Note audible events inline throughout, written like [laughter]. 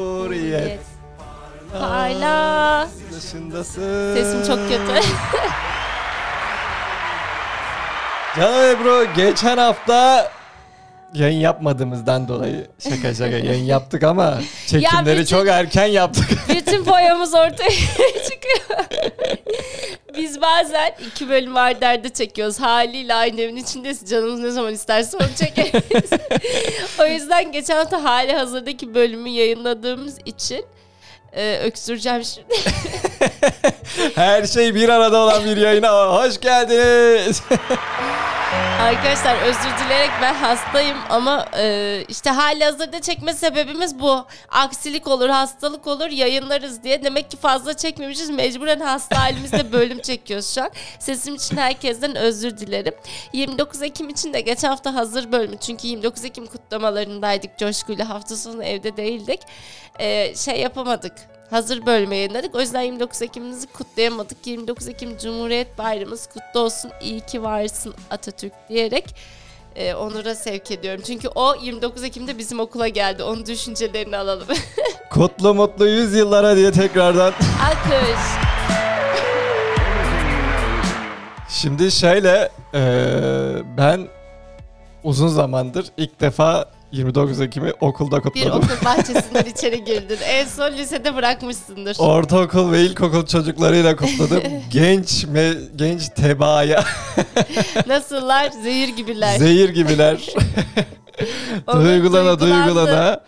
Hürriyet. Hala. Dışındasın. Sesim çok kötü. Can Ebru geçen hafta yayın yapmadığımızdan dolayı şaka şaka yayın yaptık [laughs] ama çekimleri bütün- çok erken yaptık. [laughs] Bütün boyamız ortaya [laughs] çıkıyor. Biz bazen iki bölüm var derde çekiyoruz. Haliyle aynı evin içindeyiz. Canımız ne zaman isterse onu çekeriz. o yüzden geçen hafta hali hazırdaki bölümü yayınladığımız için e, öksüreceğim şimdi. Her şey bir arada olan bir yayına hoş geldiniz. [laughs] Arkadaşlar özür dileyerek ben hastayım ama e, işte hali hazırda çekme sebebimiz bu. Aksilik olur, hastalık olur, yayınlarız diye. Demek ki fazla çekmemişiz. Mecburen hasta halimizde bölüm çekiyoruz şu an. Sesim için herkesten özür dilerim. 29 Ekim için de geçen hafta hazır bölümü. Çünkü 29 Ekim kutlamalarındaydık coşkuyla. Hafta sonu evde değildik. E, şey yapamadık hazır bölüme yayınladık. O yüzden 29 Ekim'imizi kutlayamadık. 29 Ekim Cumhuriyet Bayramımız kutlu olsun. İyi ki varsın Atatürk diyerek e, onura sevk ediyorum. Çünkü o 29 Ekim'de bizim okula geldi. Onun düşüncelerini alalım. [laughs] Kutlu mutlu yüzyıllara diye tekrardan. Alkış. Şimdi şöyle eee, ben uzun zamandır ilk defa 29 Ekim'i okulda Bir kutladım. okul bahçesinden içeri girdin. En son lisede bırakmışsındır. [laughs] Ortaokul ve ilkokul çocuklarıyla [laughs] kutladım. genç me, genç tebaaya Nasıllar? Zehir gibiler. zehir [laughs] gibiler. Onur duygulana duygulandı. duygulana.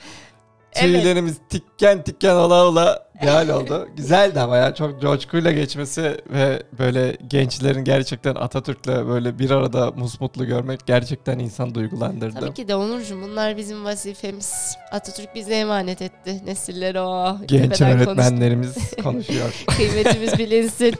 Evet. Tüylerimiz tikken tikken ola ola bir hal oldu. Güzeldi ama ya çok coşkuyla geçmesi ve böyle gençlerin gerçekten Atatürk'le böyle bir arada musmutlu görmek gerçekten insan duygulandırdı. Tabii ki de Onurcuğum bunlar bizim vazifemiz. Atatürk bize emanet etti. Nesiller o. Ne Genç kadar konuştuk. öğretmenlerimiz konuşuyor. [laughs] Kıymetimiz bilinsin.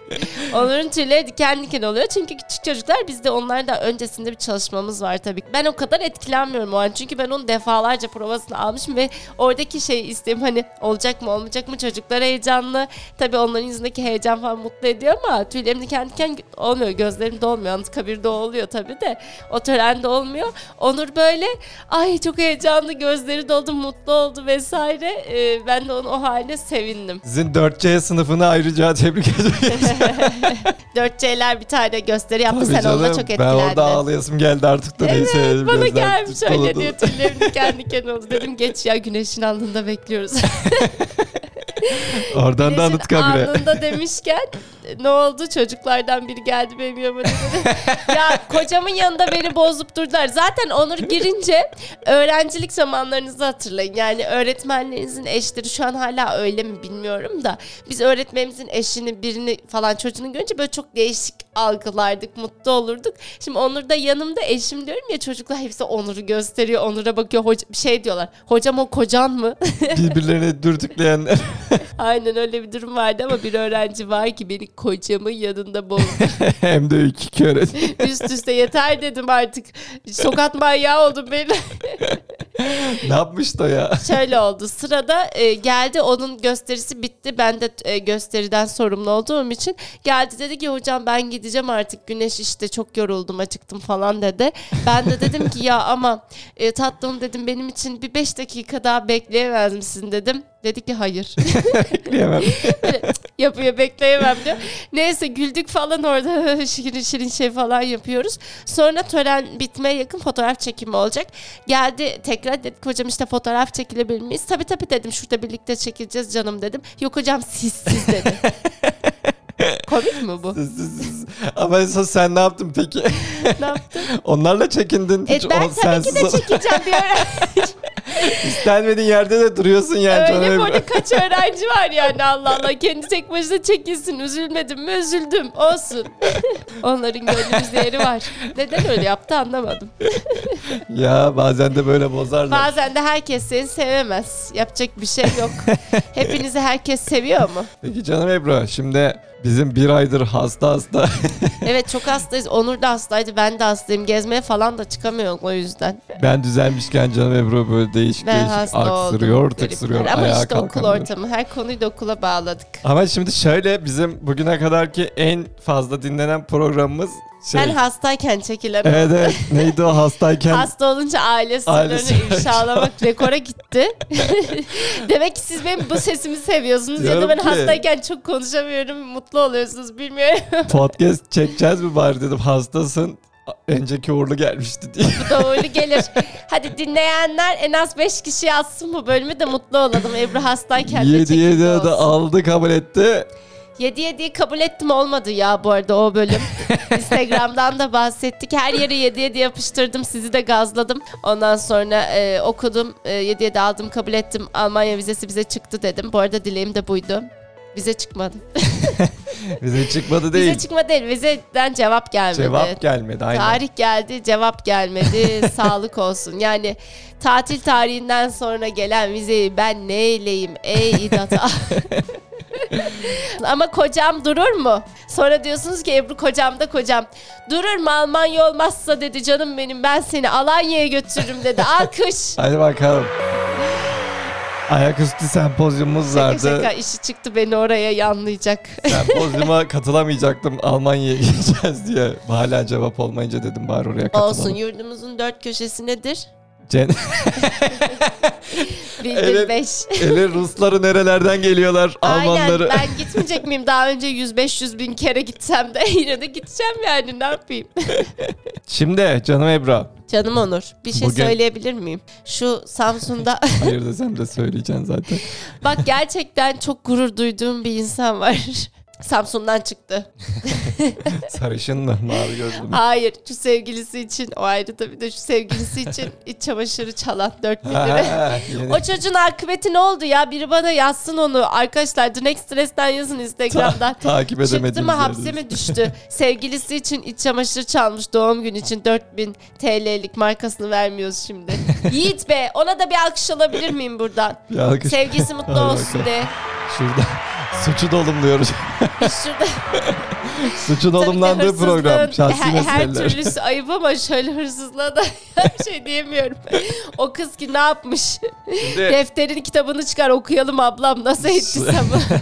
Onların tüyleri diken diken oluyor. Çünkü küçük çocuklar bizde onlardan öncesinde bir çalışmamız var tabii. ki. Ben o kadar etkilenmiyorum o an. Çünkü ben onu defalarca provasını almışım ve oradaki şey isteğim hani olacak mı olmayacak mı çocuklar heyecanlı. Tabii onların yüzündeki heyecan falan mutlu ediyor ama tüylerim diken diken olmuyor. Gözlerim dolmuyor. Anıtkabir'de oluyor tabii de. O törende olmuyor. Onur böyle ay çok heyecanlı gözleri doldu mutlu oldu vesaire. Ee, ben de onun o haline sevindim. Sizin 4C sınıfını ayrıca tebrik [laughs] ediyorum. 4C'ler bir tane gösteri yaptı. Tabii Sen canım, onunla çok Ben etkilendin. orada ağlayasım geldi artık da neyse. Evet bana gözler gelmiş öyle doludu. diyor tüylerim diken diken oldu. Dedim geç ya güneşin alnında bekliyoruz. Oradan da güneşin Anıtkabir'e. alnında demişken ne oldu çocuklardan biri geldi benim yanıma dedi. [laughs] ya kocamın yanında beni bozup durdular. Zaten Onur girince öğrencilik zamanlarınızı hatırlayın. Yani öğretmenlerinizin eşleri şu an hala öyle mi bilmiyorum da biz öğretmenimizin eşini birini falan çocuğunu görünce böyle çok değişik algılardık, mutlu olurduk. Şimdi Onur da yanımda eşim diyorum ya çocuklar hepsi Onur'u gösteriyor, Onur'a bakıyor. Hoca, şey diyorlar, hocam o kocan mı? [laughs] Birbirlerini dürtükleyen Aynen öyle bir durum vardı ama bir öğrenci var ki beni kocamın yanında [laughs] bozdu. [laughs] hem de iki köre. Üst üste yeter dedim artık. Sokak manyağı oldum beni. ne yapmış da ya? [laughs] [laughs] Şöyle oldu. Sırada e, geldi onun gösterisi bitti. Ben de e, gösteriden sorumlu olduğum için geldi dedi ki hocam ben gideceğim artık. Güneş işte çok yoruldum acıktım falan dedi. Ben de dedim ki ya ama e, tatlım dedim benim için bir 5 dakika daha bekleyemez misin dedim. Dedi ki hayır. Bekleyemem. yapıyor bekleyemem diyor. Neyse güldük falan orada [laughs] şirin şirin şey falan yapıyoruz. Sonra tören bitmeye yakın fotoğraf çekimi olacak. Geldi tekrar dedik hocam işte fotoğraf çekilebilir miyiz? Tabii tabii dedim şurada birlikte çekileceğiz canım dedim. Yok hocam siz siz dedi. Komik mi bu? [laughs] Ama en son sen ne yaptın peki? [laughs] ne yaptın? Onlarla çekindin. E, Hiç ben o- tabii ki [laughs] de sensiz- çekeceğim bir ara. İstenmediğin yerde de duruyorsun yani. Can Öyle Ebru. böyle kaç öğrenci var yani Allah Allah. Kendi tek başına çekilsin. Üzülmedim mi? Üzüldüm. Olsun. [laughs] Onların gönlümüzde yeri var. Neden öyle yaptı anlamadım. Ya bazen de böyle bozarlar. Bazen de herkes [laughs] seni sevemez. Yapacak bir şey yok. Hepinizi herkes seviyor mu? Peki canım Ebru şimdi Bizim bir aydır hasta hasta. Evet çok hastayız. Onur da hastaydı. Ben de hastayım. Gezmeye falan da çıkamıyorum o yüzden. ben düzelmişken canım Ebru böyle değişik Ben değişik hasta aksırıyor, oldum. tıksırıyor. Ama ayağa işte okul kalkamıyor. ortamı. Her konuyu da okula bağladık. Ama şimdi şöyle bizim bugüne kadarki en fazla dinlenen programımız şey. Ben hastayken çekilemem. evet evet neydi o hastayken Hasta olunca aile Ailesi- sırlarını ifşalamak [laughs] rekora gitti. Demek ki siz benim bu sesimi seviyorsunuz ya da Diyorum ben ki- hastayken çok konuşamıyorum, mutlu oluyorsunuz bilmiyorum. podcast çekeceğiz mi bari dedim hastasın. Önceki uğurlu gelmişti diye. bu da öyle gelir. Hadi dinleyenler en az 5 kişi yazsın bu bölümü de mutlu olalım. Ebru hastayken de 7 çekildi 7 olsun. da aldı kabul etti. 7 7'yi kabul ettim olmadı ya bu arada o bölüm. [laughs] Instagram'dan da bahsettik. Her yeri 7 7 yapıştırdım. Sizi de gazladım. Ondan sonra e, okudum. E, 7 7 aldım kabul ettim. Almanya vizesi bize çıktı dedim. Bu arada dileğim de buydu. Bize çıkmadı. Bize çıkmadı değil. Bize çıkma değil. Vizeden cevap gelmedi. Cevap gelmedi aynen. Tarih geldi, [laughs] cevap gelmedi. Sağlık olsun. Yani tatil tarihinden sonra gelen vizeyi ben neyleyim ey idata. [laughs] Ama kocam durur mu? Sonra diyorsunuz ki Ebru kocam da kocam. Durur mu Almanya olmazsa dedi canım benim ben seni Alanya'ya götürürüm dedi. Alkış. Hadi bakalım. Ayaküstü sempozyumumuz Şaka [laughs] vardı. şaka işi çıktı beni oraya yanlayacak. Sempozyuma katılamayacaktım Almanya'ya [laughs] gideceğiz diye. Hala cevap olmayınca dedim bari oraya katılalım. Olsun yurdumuzun dört köşesi nedir? Cen- [laughs] Bildir Evet. beş. Ele Rusları nerelerden geliyorlar? Almanları. Aynen ben gitmeyecek miyim? Daha önce 100-500 bin kere gitsem de [laughs] yine de gideceğim yani ne yapayım? [laughs] Şimdi canım Ebra. Canım Onur bir şey Bugün- söyleyebilir miyim? Şu Samsun'da [laughs] Hayır desem de söyleyeceksin zaten. bak gerçekten çok gurur duyduğum bir insan var. [laughs] Samsun'dan çıktı. Sarışın mı? Mavi gözlü mü? Hayır şu sevgilisi için o ayrı da bir de şu sevgilisi için iç çamaşırı çalan 4 [laughs] bin lira. Ha, yeni- O çocuğun akıbeti ne oldu ya? Biri bana yazsın onu. Arkadaşlar The Next Stress'ten yazın Instagram'dan. takip edemediğimiz Çıktı mı hapse yerdeyiz. [laughs] mi düştü? Sevgilisi için iç çamaşır çalmış doğum günü için 4000 TL'lik markasını vermiyoruz [laughs] şimdi. Yiğit be ona da bir alkış alabilir miyim buradan? Bir alkış- Sevgilisi mutlu Hadi olsun bakalım. de. Şurada suçu [laughs] dolumluyoruz. Biz [laughs] şurada Suçun tabii ki olumlandığı hırsızlığın program. Şahsi her, her meseleler. türlüsü ayıp ama şöyle hırsızlığa da [laughs] bir şey diyemiyorum. O kız ki ne yapmış? Şimdi- Defterin kitabını çıkar okuyalım ablam [laughs] nasıl etti sabah?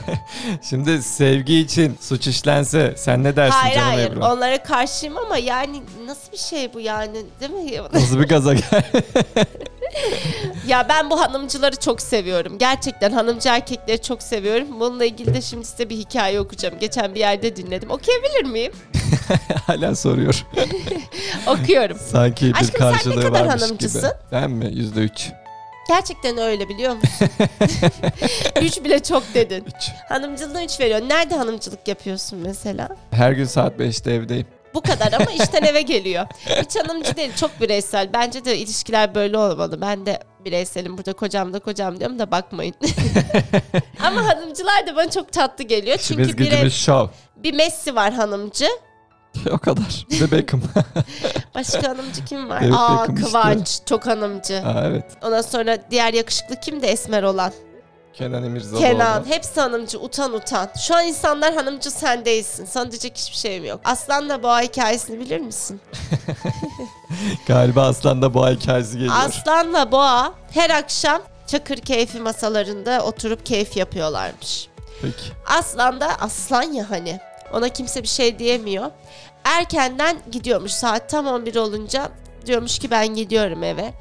Şimdi sevgi için suç işlense sen ne dersin hayır canım hayır Ebru? onlara karşıyım ama yani nasıl bir şey bu yani değil mi? [laughs] Nasıl bir gaza gel? [laughs] Ya ben bu hanımcıları çok seviyorum. Gerçekten hanımcı erkekleri çok seviyorum. Bununla ilgili de şimdi size bir hikaye okuyacağım. Geçen bir yerde dinledim. Okuyabilir miyim? Hala soruyor. Okuyorum. Sanki bir Aşkım, sen ne karşılığı kadar varmış hanımcısın? gibi. Ben mi? Yüzde üç. Gerçekten öyle biliyor musun? üç bile çok dedin. Üç. Hanımcılığına üç veriyorsun. Nerede hanımcılık yapıyorsun mesela? Her gün saat 5'te evdeyim. Bu kadar ama işten eve geliyor. Hiç hanımcı değil. Çok bireysel. Bence de ilişkiler böyle olmalı. Ben de bireyselim. Burada kocam da kocam diyorum da bakmayın. [laughs] ama hanımcılar da bana çok tatlı geliyor. İşimiz Çünkü bir, gücümüz şov. [laughs] bir Messi var hanımcı. O kadar. Bir de [laughs] Beckham. Başka hanımcı kim var? Evet, Aa yakın şey. işte. Kıvanç çok hanımcı. Aa, evet. Ondan sonra diğer yakışıklı kim de esmer olan? Kenan İmirzalıoğlu. Kenan. Hepsi hanımcı utan utan. Şu an insanlar hanımcı sen değilsin. Sana diyecek hiçbir şeyim yok. Aslan'la boğa hikayesini bilir misin? Galiba Aslan da bu ay hikayesi geliyor. Aslan'la boğa her akşam Çakır keyfi masalarında oturup keyif yapıyorlarmış. Peki. Aslan da aslan ya hani. Ona kimse bir şey diyemiyor. Erkenden gidiyormuş. Saat tam 11 olunca diyormuş ki ben gidiyorum eve.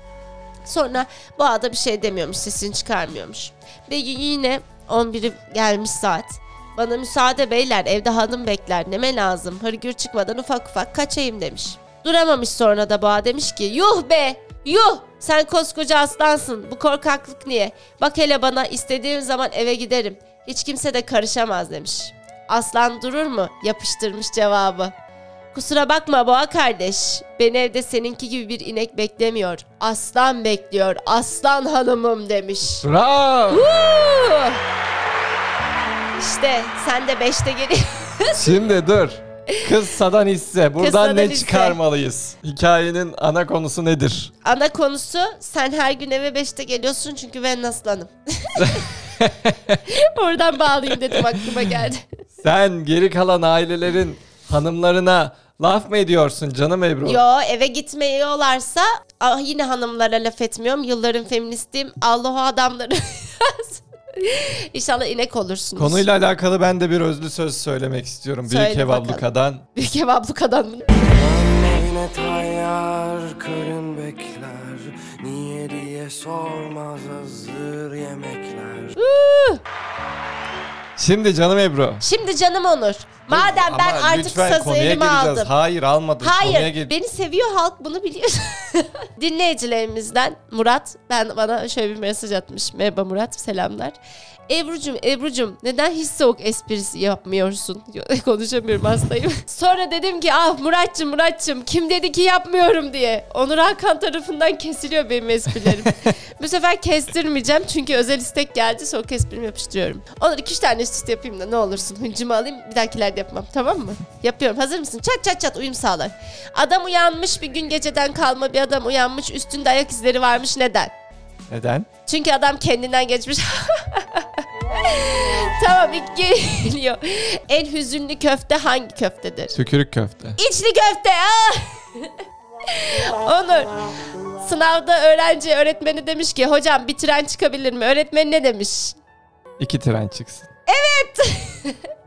Sonra boğa da bir şey demiyormuş. Sesini çıkarmıyormuş. Ve yine 11'i gelmiş saat. Bana müsaade beyler evde hanım bekler neme lazım hırgür çıkmadan ufak ufak kaçayım demiş. Duramamış sonra da boğa demiş ki yuh be yuh sen koskoca aslansın bu korkaklık niye? Bak hele bana istediğim zaman eve giderim hiç kimse de karışamaz demiş. Aslan durur mu yapıştırmış cevabı. Kusura bakma boğa kardeş. Beni evde seninki gibi bir inek beklemiyor. Aslan bekliyor. Aslan hanımım demiş. [laughs] Bravo. Woo! İşte sen de beşte geliyorsun. Şimdi dur. Kız sadan hisse. Buradan sadan ne hisse. çıkarmalıyız? Hikayenin ana konusu nedir? [laughs] Ana konusu sen her gün eve beşte geliyorsun çünkü ben aslanım. Oradan bağlayayım dedim aklıma geldi. Sen geri kalan ailelerin hanımlarına laf mı ediyorsun canım Ebru? Yo eve gitmiyorlarsa ah, yine hanımlara laf etmiyorum. Yılların feministiyim. Allah o adamları. [laughs] İnşallah inek olursunuz. Konuyla alakalı ben de bir özlü söz söylemek istiyorum. Büyük Söyle ev bakalım. ablukadan. Büyük ev ablukadan. Neyine tayyar karın bekler Niye diye sormaz hazır yemekler Şimdi canım Ebru. Şimdi canım Onur. Madem ben Ama artık lütfen sazı konuya elime gireceğiz. aldım. Hayır almadın. Konuya Hayır, gir- beni seviyor halk bunu biliyor. [laughs] Dinleyicilerimizden Murat ben bana şöyle bir mesaj atmış. Merhaba Murat, selamlar. Ebru'cum, Ebru'cum neden hiç soğuk esprisi yapmıyorsun? [laughs] Konuşamıyorum hastayım. [laughs] Sonra dedim ki ah Murat'cım Murat'cım kim dedi ki yapmıyorum diye. Onur Hakan tarafından kesiliyor benim esprilerim. Bu sefer kestirmeyeceğim çünkü özel istek geldi soğuk esprimi yapıştırıyorum. Onur iki üç tane üst üste yapayım da ne olursun hıncımı alayım bir dahakilerde yapmam tamam mı? Yapıyorum hazır mısın? Çat çat çat uyum sağlar. Adam uyanmış bir gün geceden kalma bir adam uyanmış üstünde ayak izleri varmış neden? Neden? Çünkü adam kendinden geçmiş. [laughs] tamam ilk geliyor. En hüzünlü köfte hangi köftedir? Tükürük köfte. İçli köfte. ah! Onur. Sınavda öğrenci öğretmeni demiş ki hocam bir tren çıkabilir mi? Öğretmen ne demiş? [laughs] İki tren çıksın.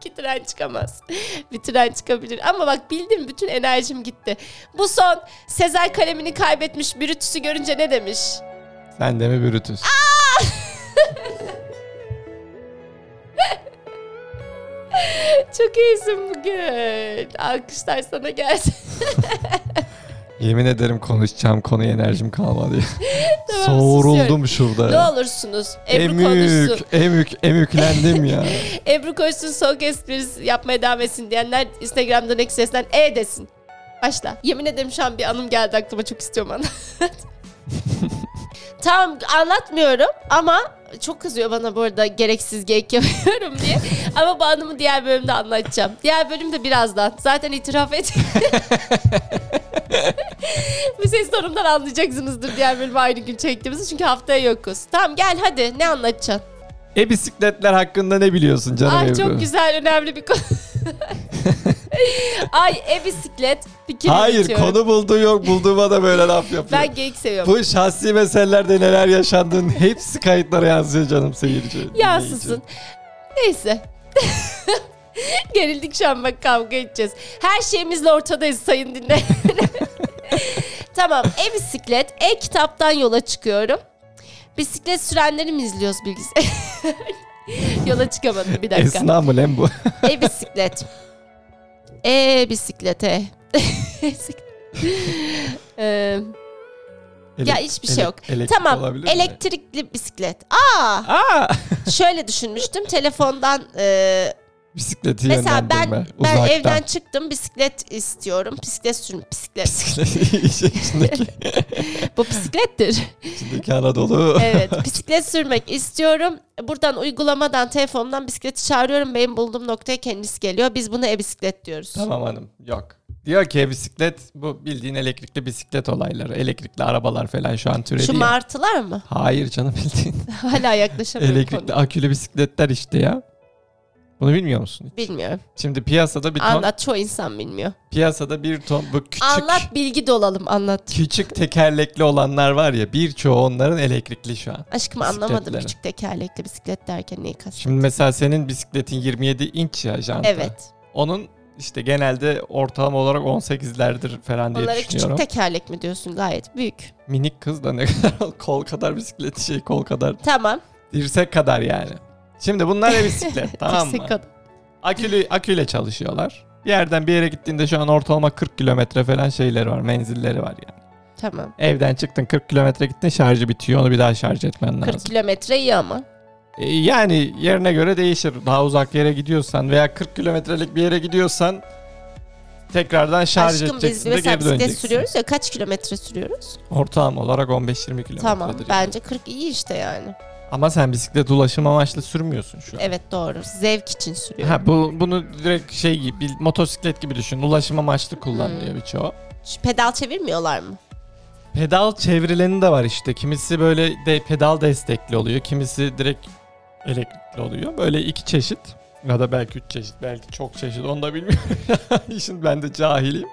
Ki tren çıkamaz. [laughs] bir tren çıkabilir. Ama bak bildim bütün enerjim gitti. Bu son Sezar kalemini kaybetmiş Brutus'u görünce ne demiş? [laughs] Sen de mi Brutus? Çok iyisin bugün. Alkışlar sana gelsin. Yemin ederim konuşacağım konuya enerjim kalmadı. [laughs] Tamam, susuyorum. Soğuruldum şurada. Ne olursunuz Ebru konuşsun. Emük, emük, emüklendim [laughs] ya. Ebru koşsun soğuk esprisi yapmaya devam etsin diyenler Instagram'dan ek sesinden E desin. Başla. Yemin ederim şu an bir anım geldi aklıma çok istiyorum anı. [laughs] tamam anlatmıyorum ama çok kızıyor bana bu arada gereksiz geyik yapıyorum diye. ama bu anımı diğer bölümde anlatacağım. Diğer bölümde birazdan. Zaten itiraf et. [laughs] bu ses tonumdan anlayacaksınızdır diğer bölümü aynı gün çektiğimizi. Çünkü haftaya yokuz. Tamam gel hadi ne anlatacaksın? E bisikletler hakkında ne biliyorsun canım Ay Ebru? çok güzel [laughs] önemli bir konu. Ay e-bisiklet fikir Hayır yürütüyorum. konu bulduğu yok bulduğuma da böyle laf yapıyor. Ben geyik seviyorum. Bu şahsi meselelerde neler yaşandığın hepsi kayıtlara yansıyor canım seyirci. Yansısın. Neyse. [laughs] Gerildik şu an bak kavga edeceğiz. Her şeyimizle ortadayız sayın dinle. [laughs] tamam e-bisiklet, e-kitaptan yola çıkıyorum. Bisiklet sürenleri mi izliyoruz bilgisayar? [laughs] yola çıkamadım bir dakika. Esna mı lan bu? E, E-bisiklet. E, [laughs] E-bisiklete. Ee, ya Elek- hiçbir şey elek- yok. elektrik Tamam. Ah! olabilir mi? Elektrikli bisiklet. Aa, Aa! şöyle düşünmüştüm. Telefondan e, Bisikleti mesela ben yönlendirme. ben uzaktan. evden çıktım. Bisiklet istiyorum. Bisiklet sürüm. Bisiklet. [laughs] İçindeki, Bu [laughs] bisiklettir. içindeki Anadolu. [laughs] Evet, bisiklet sürmek istiyorum. Buradan uygulamadan telefondan bisikleti çağırıyorum. Benim bulduğum noktaya kendisi geliyor. Biz buna e-bisiklet diyoruz. Tamam hanım yok. Diyor ki bisiklet bu bildiğin elektrikli bisiklet olayları. Elektrikli arabalar falan şu an türedi Şu ya. martılar mı? Hayır. Hayır canım bildiğin. Hala yaklaşamıyorum konuya. elektrikli akülü bisikletler işte ya. Bunu bilmiyor musun? Bilmiyorum. Şimdi piyasada bir ton, Anlat çoğu insan bilmiyor. piyasada bir ton bu küçük Anlat bilgi dolalım anlat. küçük tekerlekli olanlar var ya birçoğu onların elektrikli şu an. Aşkım anlamadım Bisikletleri. küçük tekerlekli bisiklet derken neyi kastediyorsun? Şimdi mesela senin bisikletin 27 inç ya janta. Evet. Onun işte genelde ortalama olarak 18'lerdir falan diye Onlara düşünüyorum. küçük tekerlek mi diyorsun? Gayet büyük. Minik kız da ne [laughs] kadar kol kadar bisiklet şey kol kadar Tamam. dirsek kadar yani. Şimdi bunlar e [laughs] bisiklet tamam mı? Yüksek kadın. Akülü, aküyle çalışıyorlar. Bir yerden bir yere gittiğinde şu an ortalama 40 kilometre falan şeyleri var menzilleri var yani. Tamam. Evden çıktın 40 kilometre gittin şarjı bitiyor onu bir daha şarj etmen 40 lazım. kilometre iyi ama. E, Yani yerine göre değişir. Daha uzak yere gidiyorsan veya 40 kilometrelik bir yere gidiyorsan tekrardan şarj Aşkım biz edeceksin de mesela geri bisiklet döneceksin. sürüyoruz ya kaç kilometre sürüyoruz? Ortalama olarak 15-20 kilometredir. Tamam. yani. Bence 40 iyi işte yani. Ama sen bisiklet ulaşım amaçlı sürmüyorsun şu an. Evet doğru. Zevk için sürüyorum. Ha, bu, bunu direkt şey gibi bir motosiklet gibi düşün. Ulaşım amaçlı Hmm. kullanılıyor birçoğu. Şu Pedal çevirmiyorlar mı? Pedal çevrileni de var işte. Kimisi böyle de pedal destekli oluyor. Kimisi direkt elektrikli oluyor. Böyle iki çeşit. Ya da belki üç çeşit, belki çok çeşit. Onu da bilmiyorum. [laughs] İşin ben de cahiliyim.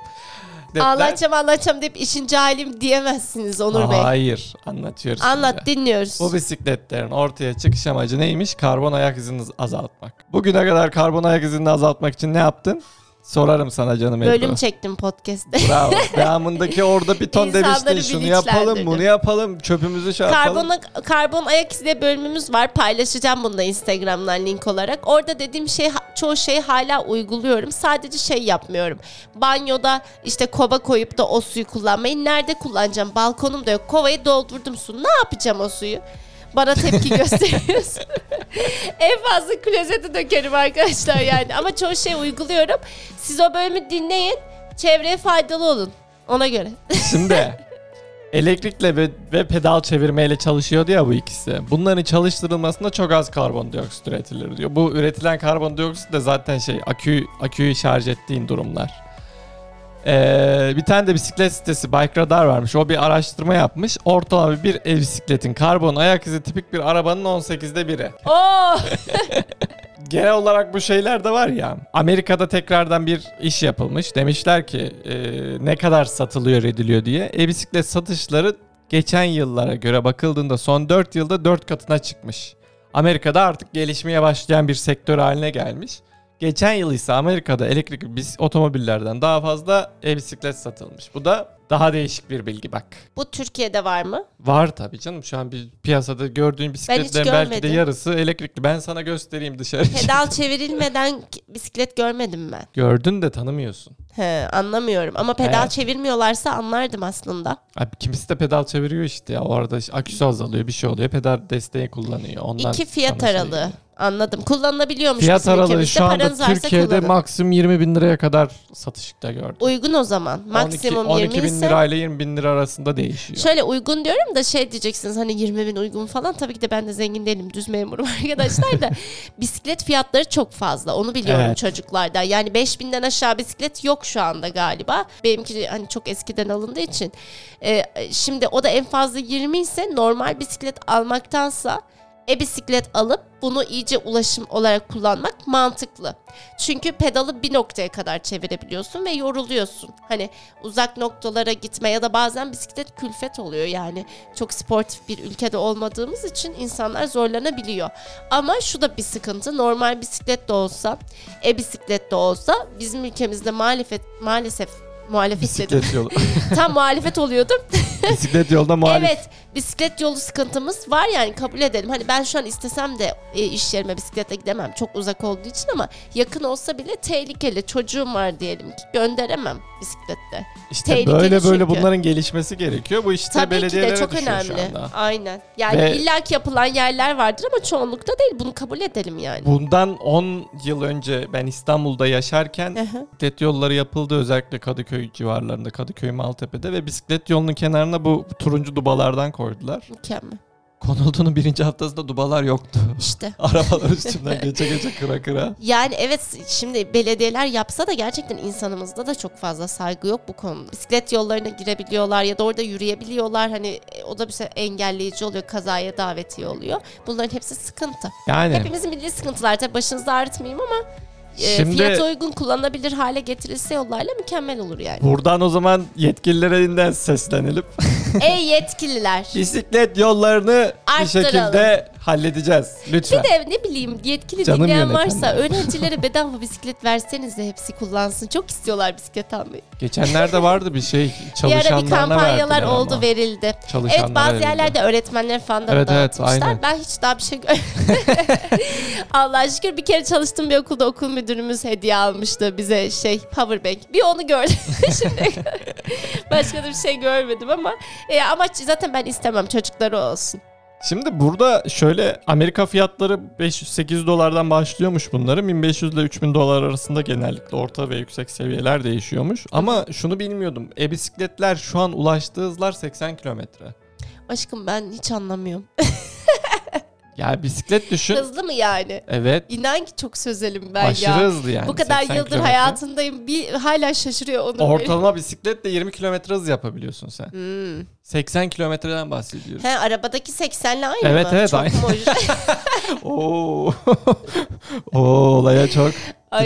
Defter- Anlatacağım anlatacağım deyip işin cahilim diyemezsiniz Onur Aa, Bey. Hayır, anlatıyoruz. Anlat şimdi. dinliyoruz. Bu bisikletlerin ortaya çıkış amacı neymiş? Karbon ayak izini azaltmak. Bugüne kadar karbon ayak izini azaltmak için ne yaptın? Sorarım sana canım Ebru. Bölüm çektim podcast'te. Bravo. Devamındaki orada bir ton İnsanları demiştin. Şunu yapalım, bilinçlendirdim. bunu yapalım, çöpümüzü şey yapalım. Karbon, karbon ayak izi diye bölümümüz var. Paylaşacağım bunu da Instagram'dan link olarak. Orada dediğim şey çoğu şeyi hala uyguluyorum. Sadece şey yapmıyorum. Banyoda işte kova koyup da o suyu kullanmayı nerede kullanacağım? Balkonum da yok. Kovayı doldurdum su. Ne yapacağım o suyu? Bana tepki gösteriyorsun. [laughs] en fazla klozete dökerim arkadaşlar yani. Ama çoğu şey uyguluyorum. Siz o bölümü dinleyin. Çevreye faydalı olun. Ona göre. Şimdi elektrikle ve, ve pedal çevirmeyle çalışıyordu ya bu ikisi. Bunların çalıştırılmasında çok az karbondioksit üretilir diyor. Bu üretilen karbondioksit de zaten şey akü aküyü şarj ettiğin durumlar. Ee, bir tane de bisiklet sitesi Bike Radar varmış. O bir araştırma yapmış. Ortalama bir el bisikletin karbon ayak izi tipik bir arabanın 18'de biri. Oo! Genel olarak bu şeyler de var ya. Amerika'da tekrardan bir iş yapılmış. Demişler ki e, ne kadar satılıyor ediliyor diye. E-bisiklet satışları geçen yıllara göre bakıldığında son 4 yılda 4 katına çıkmış. Amerika'da artık gelişmeye başlayan bir sektör haline gelmiş. Geçen yıl ise Amerika'da elektrikli bis- otomobillerden daha fazla e-bisiklet satılmış. Bu da daha değişik bir bilgi bak. Bu Türkiye'de var mı? Var tabii canım. Şu an bir piyasada gördüğün bisikletlerin belki de görmedim. yarısı elektrikli. Ben sana göstereyim dışarı. Pedal çevirilmeden ki- bisiklet görmedim ben. Gördün de tanımıyorsun. He, anlamıyorum ama pedal Evet. çevirmiyorlarsa anlardım aslında. Abi kimisi de pedal çeviriyor işte ya. Orada işte aküsü azalıyor bir şey oluyor. Pedal desteği kullanıyor. Ondan İki fiyat sonra şey aralığı. geliyor. Anladım. Kullanılabiliyormuş. Fiyat bizim aralığı ülkemizde. şu anda Paranız varsa Türkiye'de kullanın. maksimum 20 bin liraya kadar satışta gördüm. uygun o zaman. Maksimum 12, 20 bin ise. lira ile 20 bin lira arasında değişiyor. Şöyle uygun diyorum da şey diyeceksiniz hani 20 bin uygun falan. Tabii ki de ben de zengin değilim. Düz memurum [laughs] arkadaşlar da. bisiklet fiyatları çok fazla. Onu biliyorum Evet. çocuklardan. Yani 5 binden aşağı bisiklet yok şu anda galiba. Benimki hani çok eskiden alındığı için. Ee, şimdi o da en fazla 20 ise normal bisiklet almaktansa e-bisiklet alıp bunu iyice ulaşım olarak kullanmak mantıklı. Çünkü pedalı bir noktaya kadar çevirebiliyorsun ve yoruluyorsun. Hani uzak noktalara gitme ya da bazen bisiklet külfet oluyor yani. Çok sportif bir ülkede olmadığımız için insanlar zorlanabiliyor. Ama şu da bir sıkıntı. Normal bisiklet de olsa, e-bisiklet de olsa bizim ülkemizde muhalefet, maalesef muhalefet dedim. Bisiklet yolu. [laughs] Tam muhalefet oluyordum. Bisiklet [laughs] yolda muhalif. Evet bisiklet yolu sıkıntımız var yani kabul edelim. Hani ben şu an istesem de e, iş yerime bisikletle gidemem çok uzak olduğu için ama yakın olsa bile tehlikeli. Çocuğum var diyelim ki gönderemem bisiklette. işte tehlikeli böyle böyle çünkü. bunların gelişmesi gerekiyor. Bu işte Tabii ki belediyelere de çok düşüyor şu önemli. anda. Aynen. Yani Ve- illaki yapılan yerler vardır ama çoğunlukta değil. Bunu kabul edelim yani. Bundan 10 yıl önce ben İstanbul'da yaşarken Aha. bisiklet yolları yapıldı özellikle Kadıköy civarlarında Kadıköy Maltepe'de ve bisiklet yolunun kenarına bu turuncu dubalardan koydular. Mükemmel. Konulduğunun birinci haftasında dubalar yoktu. [laughs] İşte. Arabalar üstünden geçe geçe kıra kıra. Yani evet şimdi belediyeler yapsa da gerçekten insanımızda da çok fazla saygı yok bu konuda. Bisiklet yollarına girebiliyorlar ya da orada yürüyebiliyorlar. Hani e, o da bir şey engelleyici oluyor, kazaya davetiye oluyor. Bunların hepsi sıkıntı. Yani Hepimizin bildiği sıkıntılar. Tabii başınızı ağrıtmayayım ama e, Şimdi- fiyata uygun kullanılabilir hale getirilse yollarla mükemmel olur yani. buradan o zaman yetkililerinden seslenilip Ey yetkililer! bisiklet yollarını bir Arttıralım. şekilde halledeceğiz. Lütfen. Bir de ne bileyim yetkili Canım dinleyen yönetmen. varsa öğrencilere bedava bisiklet verseniz de hepsi kullansın. Çok istiyorlar bisiklet almayı. Geçenlerde vardı bir şey Bir ara bir çalışanlarına kampanyalar verdiler ama. oldu verildi. Çalışanlara evet bazı verildi. yerlerde öğretmenler falan da Evet, evet, dağıtmışlar. aynen. Ben hiç daha bir şey gör- [laughs] Allah şükür bir kere çalıştığım bir okulda okul müdürümüz hediye almıştı bize şey powerbank. Bir onu gördüm [laughs] şimdi. Başka da bir şey görmedim ama e, amaç zaten ben istemem çocukları olsun. Şimdi burada şöyle Amerika fiyatları 500-800 dolardan başlıyormuş bunları. 1500 ile 3000 dolar arasında genellikle orta ve yüksek seviyeler değişiyormuş. Ama şunu bilmiyordum. E-bisikletler şu an ulaştığı hızlar 80 kilometre. Aşkım ben hiç anlamıyorum. Yani bisiklet düşün. Hızlı mı yani? Evet. İnan ki çok sözelim ben Aşırı ya. hızlı yani. Bu kadar 80 yıldır kilometre. hayatındayım. Bir hala şaşırıyor onu. Ortalama bisikletle 20 kilometre hız yapabiliyorsun sen. Hmm. 80 kilometreden [laughs] bahsediyoruz. He arabadaki 80'le aynı Evet, mı? evet, Çok aynı. mu? Oo. [laughs] Oo olaya çok Ay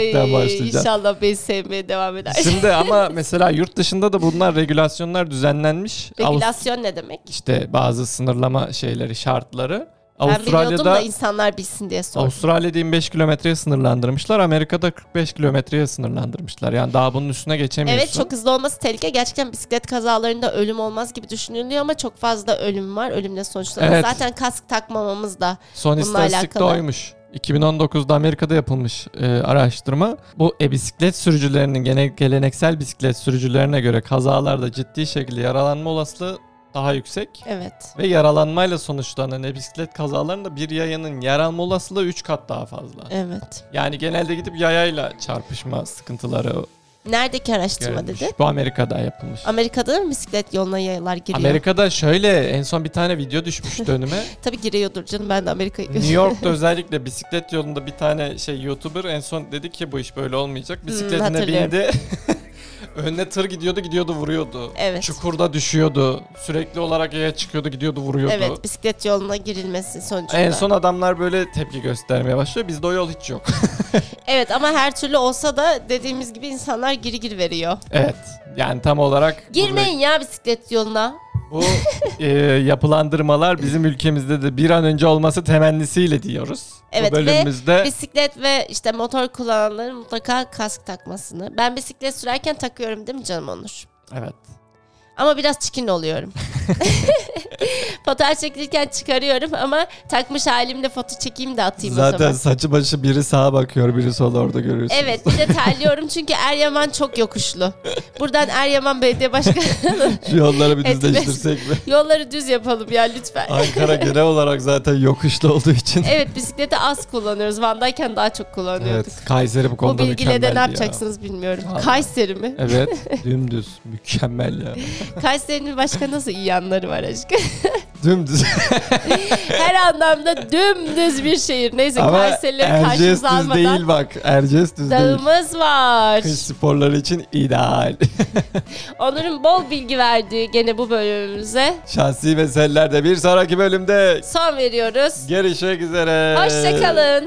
[laughs] cidden başlayacağız. inşallah beni sevmeye devam eder. Şimdi ama mesela yurt dışında da bunlar regülasyonlar düzenlenmiş. Avust- [laughs] Regülasyon ne demek? işte bazı sınırlama şeyleri, şartları. Ben biliyordum Avustralya'da da insanlar bilsin diye sordum. Avustralya'da 25 kilometreye sınırlandırmışlar. Amerika'da 45 kilometreye sınırlandırmışlar. Yani daha bunun üstüne geçemiyorsun. Evet çok hızlı olması tehlike. Gerçekten bisiklet kazalarında ölüm olmaz gibi düşünülüyor ama çok fazla ölüm var. Ölümle sonuçlanıyor. Evet. Zaten kask takmamamız da. Son bununla istatistik de alakalı. oymuş. 2019'da Amerika'da yapılmış e, araştırma. Bu e-bisiklet sürücülerinin gene geleneksel bisiklet sürücülerine göre kazalarda ciddi şekilde yaralanma olasılığı daha yüksek. Evet. Ve yaralanmayla sonuçlanan e-bisiklet kazalarında bir yayanın yaralanma olasılığı 3 kat daha fazla. Evet. Yani genelde gidip yayayla çarpışma sıkıntıları Neredeki araştırma görülmüş. dedi? Bu Amerika'da yapılmış. Amerika'da mı bisiklet yoluna yayalar giriyor? Amerika'da şöyle en son bir tane video [laughs] düşmüştü önüme. Tabii giriyordur canım ben de Amerika'yı New York'ta özellikle bisiklet yolunda bir tane şey YouTuber en son dedi ki bu iş böyle olmayacak. Bisikletine Hmm, hatırlıyorum. bindi. [laughs] Önüne tır gidiyordu gidiyordu vuruyordu. Evet. Çukurda düşüyordu. Sürekli olarak yaya çıkıyordu gidiyordu vuruyordu. [laughs] Evet bisiklet yoluna girilmesi sonucunda. En son adamlar böyle tepki göstermeye başlıyor. Bizde o yol hiç yok. Evet ama her türlü olsa da dediğimiz gibi insanlar giri gir veriyor. evet. Yani tam olarak bu- Girmeyin ya bisiklet yoluna. bu e, yapılandırmalar bizim ülkemizde de bir an önce olması temennisiyle diyoruz. Evet bu ve bölümümüzde Bisiklet ve işte motor kullananların mutlaka kask takmasını. Ben bisiklet sürerken takıyorum değil mi canım Onur? evet. Ama biraz çikin [laughs] oluyorum. Fotoğraf çekilirken çıkarıyorum ama takmış halimle foto çekeyim de atayım o Zaten zaman. saçı başı biri sağa bakıyor, biri sola orada görüyorsunuz. Evet bir de terliyorum çünkü Eryaman çok yokuşlu. Buradan Eryaman Belediye [laughs] Başkanı Şu yolları bir Evet, düzleştirsek mi? yolları düz yapalım ya lütfen. Ankara genel olarak zaten yokuşlu olduğu için. Evet bisikleti az kullanıyoruz. Van'dayken daha çok kullanıyorduk. Evet, Kayseri bu Bu konuda bilgiyle de mükemmeldi ne ya. yapacaksınız bilmiyorum. Vallahi. Kayseri mi? Evet, dümdüz. Mükemmel ya. Kayseri'nin başka nasıl iyi yanları [laughs] var aşkım? [laughs] Dümdüz. Her anlamda dümdüz bir şehir. Neyse Ama Kayseri'leri Erciyes karşımıza düz almadan değil bak. Erciyes düz değil. dağımız var. Kış sporları için ideal. Onur'un bol bilgi verdiği gene bu bölümümüze Şahsi meselelerde bir sonraki bölümde son veriyoruz. görüşmek üzere. Hoşçakalın.